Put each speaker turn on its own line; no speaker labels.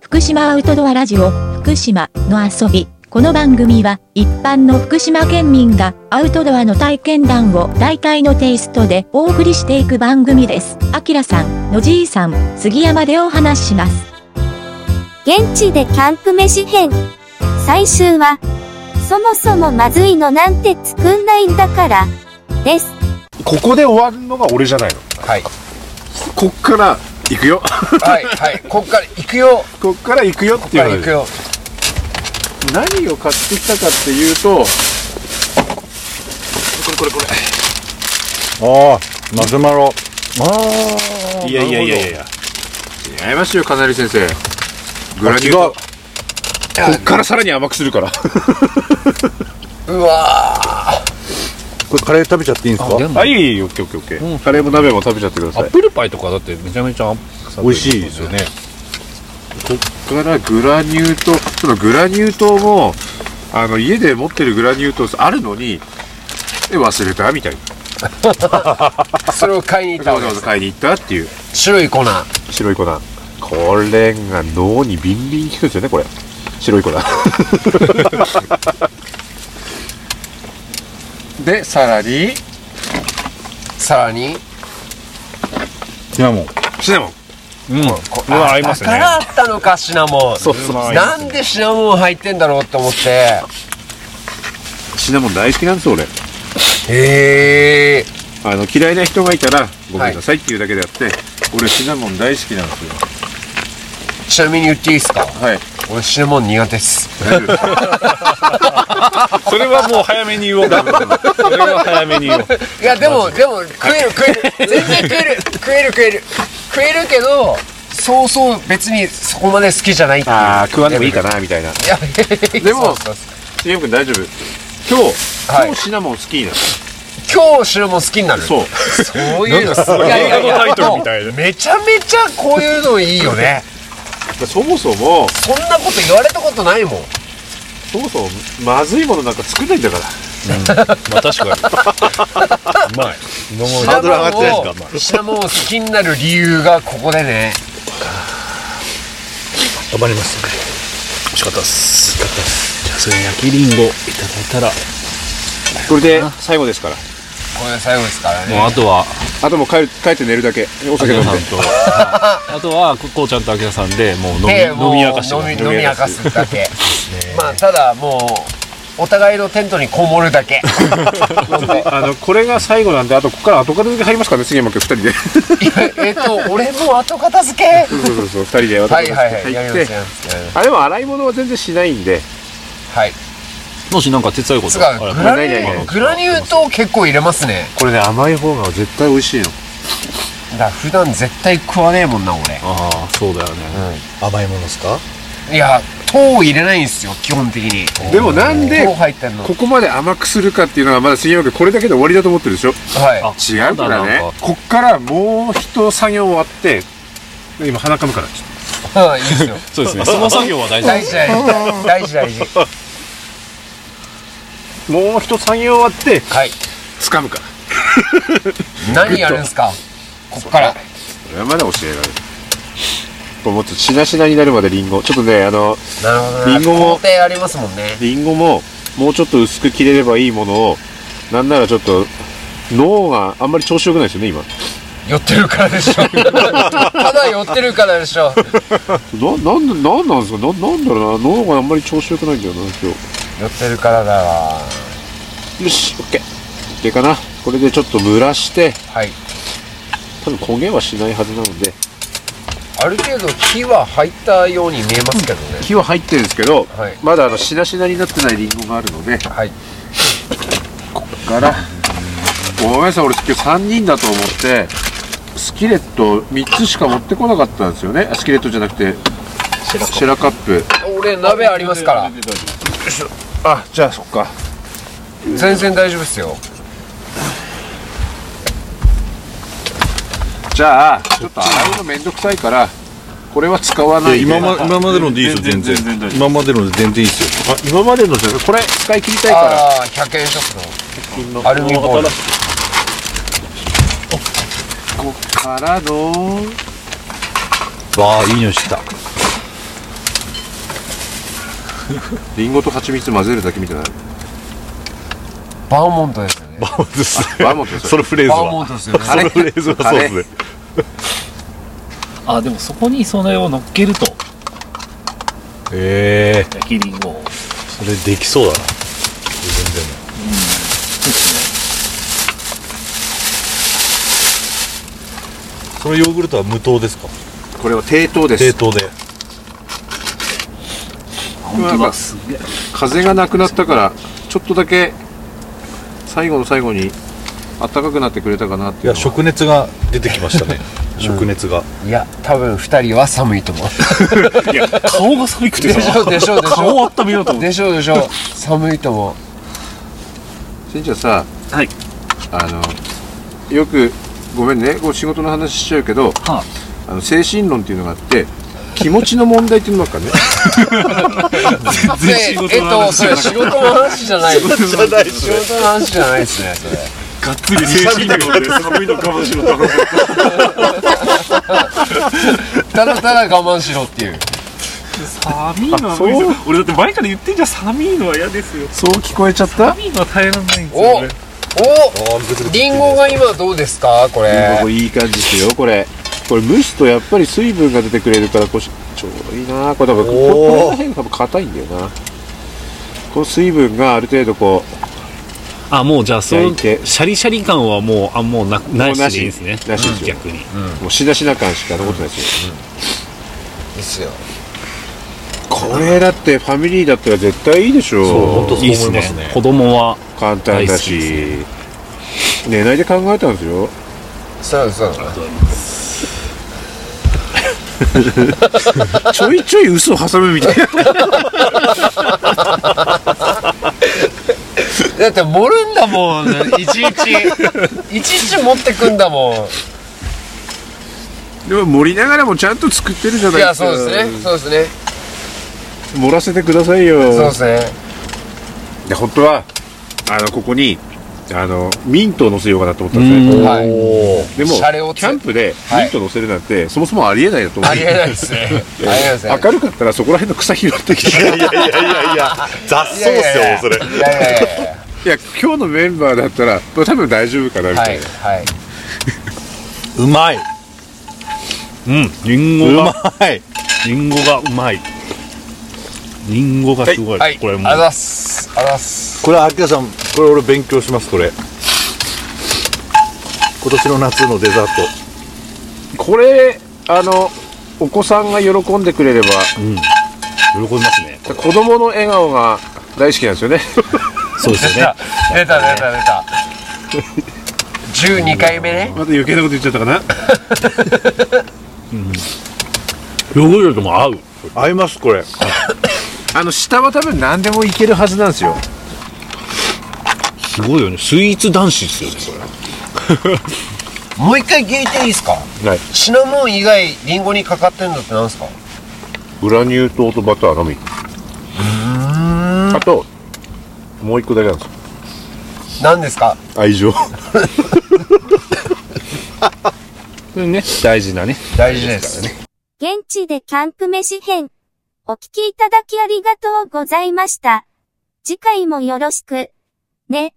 福島アウトドアラジオ福島の遊びこの番組は一般の福島県民がアウトドアの体験談を大体のテイストでお送りしていく番組です。あきらさん、のじいさん、杉山でお話しします。
現地でキャンプ飯編。最終は、そもそもまずいのなんて作んないんだから、です。
ここで終わるのが俺じゃないの
はい。
こっから行くよ
はい。はい。こっから行くよ。
こっから行くよっ
こって
い
か
う
ら
の
行く
で
よ。
何を買ってきたかっていうとこれこれこ
ああ、マシュマロ。ああ。
れいやいやいやいやい
や。
や違いますよかなり先生グラニュー
違う
こ。っからさらに甘くするから
うわ
これカレー食べちゃっていいんです
ー。
か
はいいいオッケーオッケーオッケー、カレーも鍋も食べちゃってくだ
ア
さい
ップルパイとかだってめちゃめちゃ
美味しいですよね。
こっからグラニュー糖そのグラニュー糖もあの家で持ってるグラニュー糖あるのにで忘れたみたい
それを買いに行っ
な
た
わ
わ
ざわざ
けです。
買いに行ったっていう
白い粉。
白い粉これが脳にビンビン効くんですよねこれ白い粉でさらに
さらに。
シナモン。
シナモン
うん。
こ
うわ合いますね
だからあったのか、シナモン。
そうそうそう
なんでシナモン入ってんだろうって思って。
シナモン大好きなんです俺
へえ。
あの嫌いな人がいたらごめんなさいっていうだけであって、俺シナモン大好きなんですよ
ちなみに言っていいですか
はい
俺シナモン苦手っす。
それはもう早めに言おう。それは早めに言おう。
いや、でも、でも、食える食 える。全然食える。食える食える。食えるけど、そうそう別にそこまで好きじゃないってい う。
ああ食わんでもいいかなみたいない
や、
でも
そうそうそう
杉山君大丈夫今日、
はい
今日シナモン好きになる
今日シナモン好きになる。
そう
そういうのすごい。
映画のタイトルみたいな
めちゃめちゃこういうのいいよね。
そもそも
そんなこと言われたことないもん。
そもそもまずいものなんか作んないんだから
まあ確かに。うまい。
シ
ハ
ナ
ードル上がってない
モ
ですか
ンを、シナモンを好きになる理由がここでね。
頑張ります美味しかったっす美味しかったっすじゃあそれ焼きりんごいただいたら
これで最後ですから
これ最後ですからね。
もうあとは
あともう帰る帰って寝るだけお
あ
酒
き
飲
ら
ん
さん
で
と あとはここうちゃんとあきらさんでもう飲み,、
でもう
飲み明かして
飲み
も
飲み明かすだけ。まあ、ただもう、お互いのテントにこもるだけ。
あのこれが最後なんであとここから後片付け入りますからね杉山君2人で
えっと、俺もう後片付け。
そうそうそう2人で後
は
片
い
付け
はいはい。や
入っ
ります
て
やりますやります
あでも洗い物は全然しないんで
はい。
もしなんか手伝うこ
つ
と
う
が
かグラニ
あれば
ないないな
ュー
い
グラニュー糖結構入れますね
これね甘い方が絶対美味しいの
だから普段絶対食わねえもんな俺
ああそうだよね、
甘いものですか
いや糖入れないんですよ基本的に
でもなんで
糖入ってんの
ここまで甘くするかっていうのはまだ杉山君これだけで終わりだと思ってるでしょ
は
違うから
まだな
ね
んか
こっからもう一作業終わって今鼻かむから
いいいですよ
そうですねその作業は大事
大事大事大事大事
もう一作業終わって
はい
掴むから
何やるんすかこっから
それまで教えられるこれもっとしなしなになるまでリンゴちょっとねあの
なるほどな
リンゴも
工程ありますもんね
リンゴももうちょっと薄く切れればいいものをなんならちょっと脳があんまり調子よくないですよね今
寄ってるからで しょただ寄ってるからでし
な
ょ
なんでなんなんですかななんだろうな脳があんまり調子よくないんだよな今
寄ってるからだわ
日よし OK でかなこれでちょっと蒸らして
はい
多分焦げはしないはずなので
ある程度火は入ったように見えますけどね
火は入ってるんですけど、
はい
まだあのしなしなになってないリンゴがあるので
はい
からごめんなさい俺今日3人だと思ってスキレット3つしか持ってこなかったんですよねあスキレットじゃなくてシェラカップ
俺鍋ありますから
あじゃあそっか
全然大丈夫ですよ
じゃあちょっと洗うのめんどくさいからこれは使わないで
今ま今までのでいいですよ、全然。今までので全然いいですよ。
あ今までのじゃないこれ使い切りたいから
ああー100円ショップのアルミホール
ここからの
わあ、いい匂いしてきた。
リンゴと蜂蜜混ぜるだけみたいな
バーモントですよね
バーモントです
あバーモントです
そのフレーズ
バーモン
は
トですよね
そのフレーズはそうですねあでもそこにそれを乗っけると
ええ
焼きりんごを
それできそうだな自分でもそのヨーグルトは無糖ですか
これは低糖で
低
す
糖で
本当だ
すげえ
風がなくなったからちょっとだけ最後の最後に暖かくなってくれたかなって
い
いう
や
のは
食熱が出てきま したね食熱が、
いや多分2人は寒いと思う
いや顔が寒くて
でしょでしょでしょ
顔を温めようと思って
でしょでしょ寒いと思う
しんちゃんさ
はい
あのよくごめんねこう仕事の話しちゃうけど
は
あの精神論っていうのがあって気持ちの問題っていうのもあるからね
あ、全然仕
え
事
っ
の
と
話
それ仕事の話じゃない仕事の話じゃないですねそれ
がっつり精神力で寒いのかもしれない
ただただ我慢しろっていう
寒いのは無理ですよ俺だって前から言ってんじゃん寒いのは嫌ですよ
そう聞こえちゃった
寒いのは耐えられないんです
お
よね
おリンゴが今どうですかこれ
いい感じですよこれこれ蒸すとやっぱり水分が出てくれるからこうしちょうどいいなこれ多分こ
おー
この辺多分硬いんだよなこの水分がある程度こう
あもうじゃあそ
焼
の
い
シ
て
ャリシャリ感はもうあもうなな
もうな
し
し
でいいですね
なしですよ
逆に
もうしなしな感しか残ってないですよ、
ですよ
これだってファミリーだったら絶対いいでしょ
本当そう思いますね
いいっす子供は
簡単だし、
大好き
寝ないで考えたんですよ
そうそう
ちょいちょい嘘を挟むみたいな
だって盛るんだもんいちいちいちいち持ってくんだも
でも盛りながらもちゃんと作ってるじゃ
ん
ないい
や
ですか
そうですねそうですね
盛らせてくださいよ
そうですね
で本当はあのここにあのミントを乗せようかなと思ったんですね
はい
でも
シャレオツ
キャンプで
はい
ミント乗せるなんて、そもそもありえないなと思
あ
う
りえないですねありえないですね
明るかったらそこら辺の草拾って きていやいやいや
いやいやいや雑草っすよそれ
いやいやいやいや
今日のメンバーだったら多分大丈夫かなみ
は
たい
い
な、
はいう
まい
うんりん
う
ごが
まい
りんごがうまいりんごがすごい、
はい
これも
あ
う
ざっすあざっす
これ秋田さんこれ俺勉強しますこれ今年の夏のデザート
これあのお子さんが喜んでくれれば
喜びますね
子供の笑顔が大好きなんですよ ね
そうですよね
出た出た出た12回目ね
また余計なこと言っちゃったかな
ヨーグルトも合う
合いますこれ
あの下は多分何でもいけるはずなんですよ
すごいよねスイーツ男子ですよね
もう一回聞いていいですか
はい
シナモン以外リンゴにかかってんのってなんですか
グラニュー糖とバターのみあともう一個だけなんですよ
なんですか
愛 情
これね大事なね
大事です
現地でキャンプ飯編。お聞きいただきありがとうございました。次回もよろしく。ね。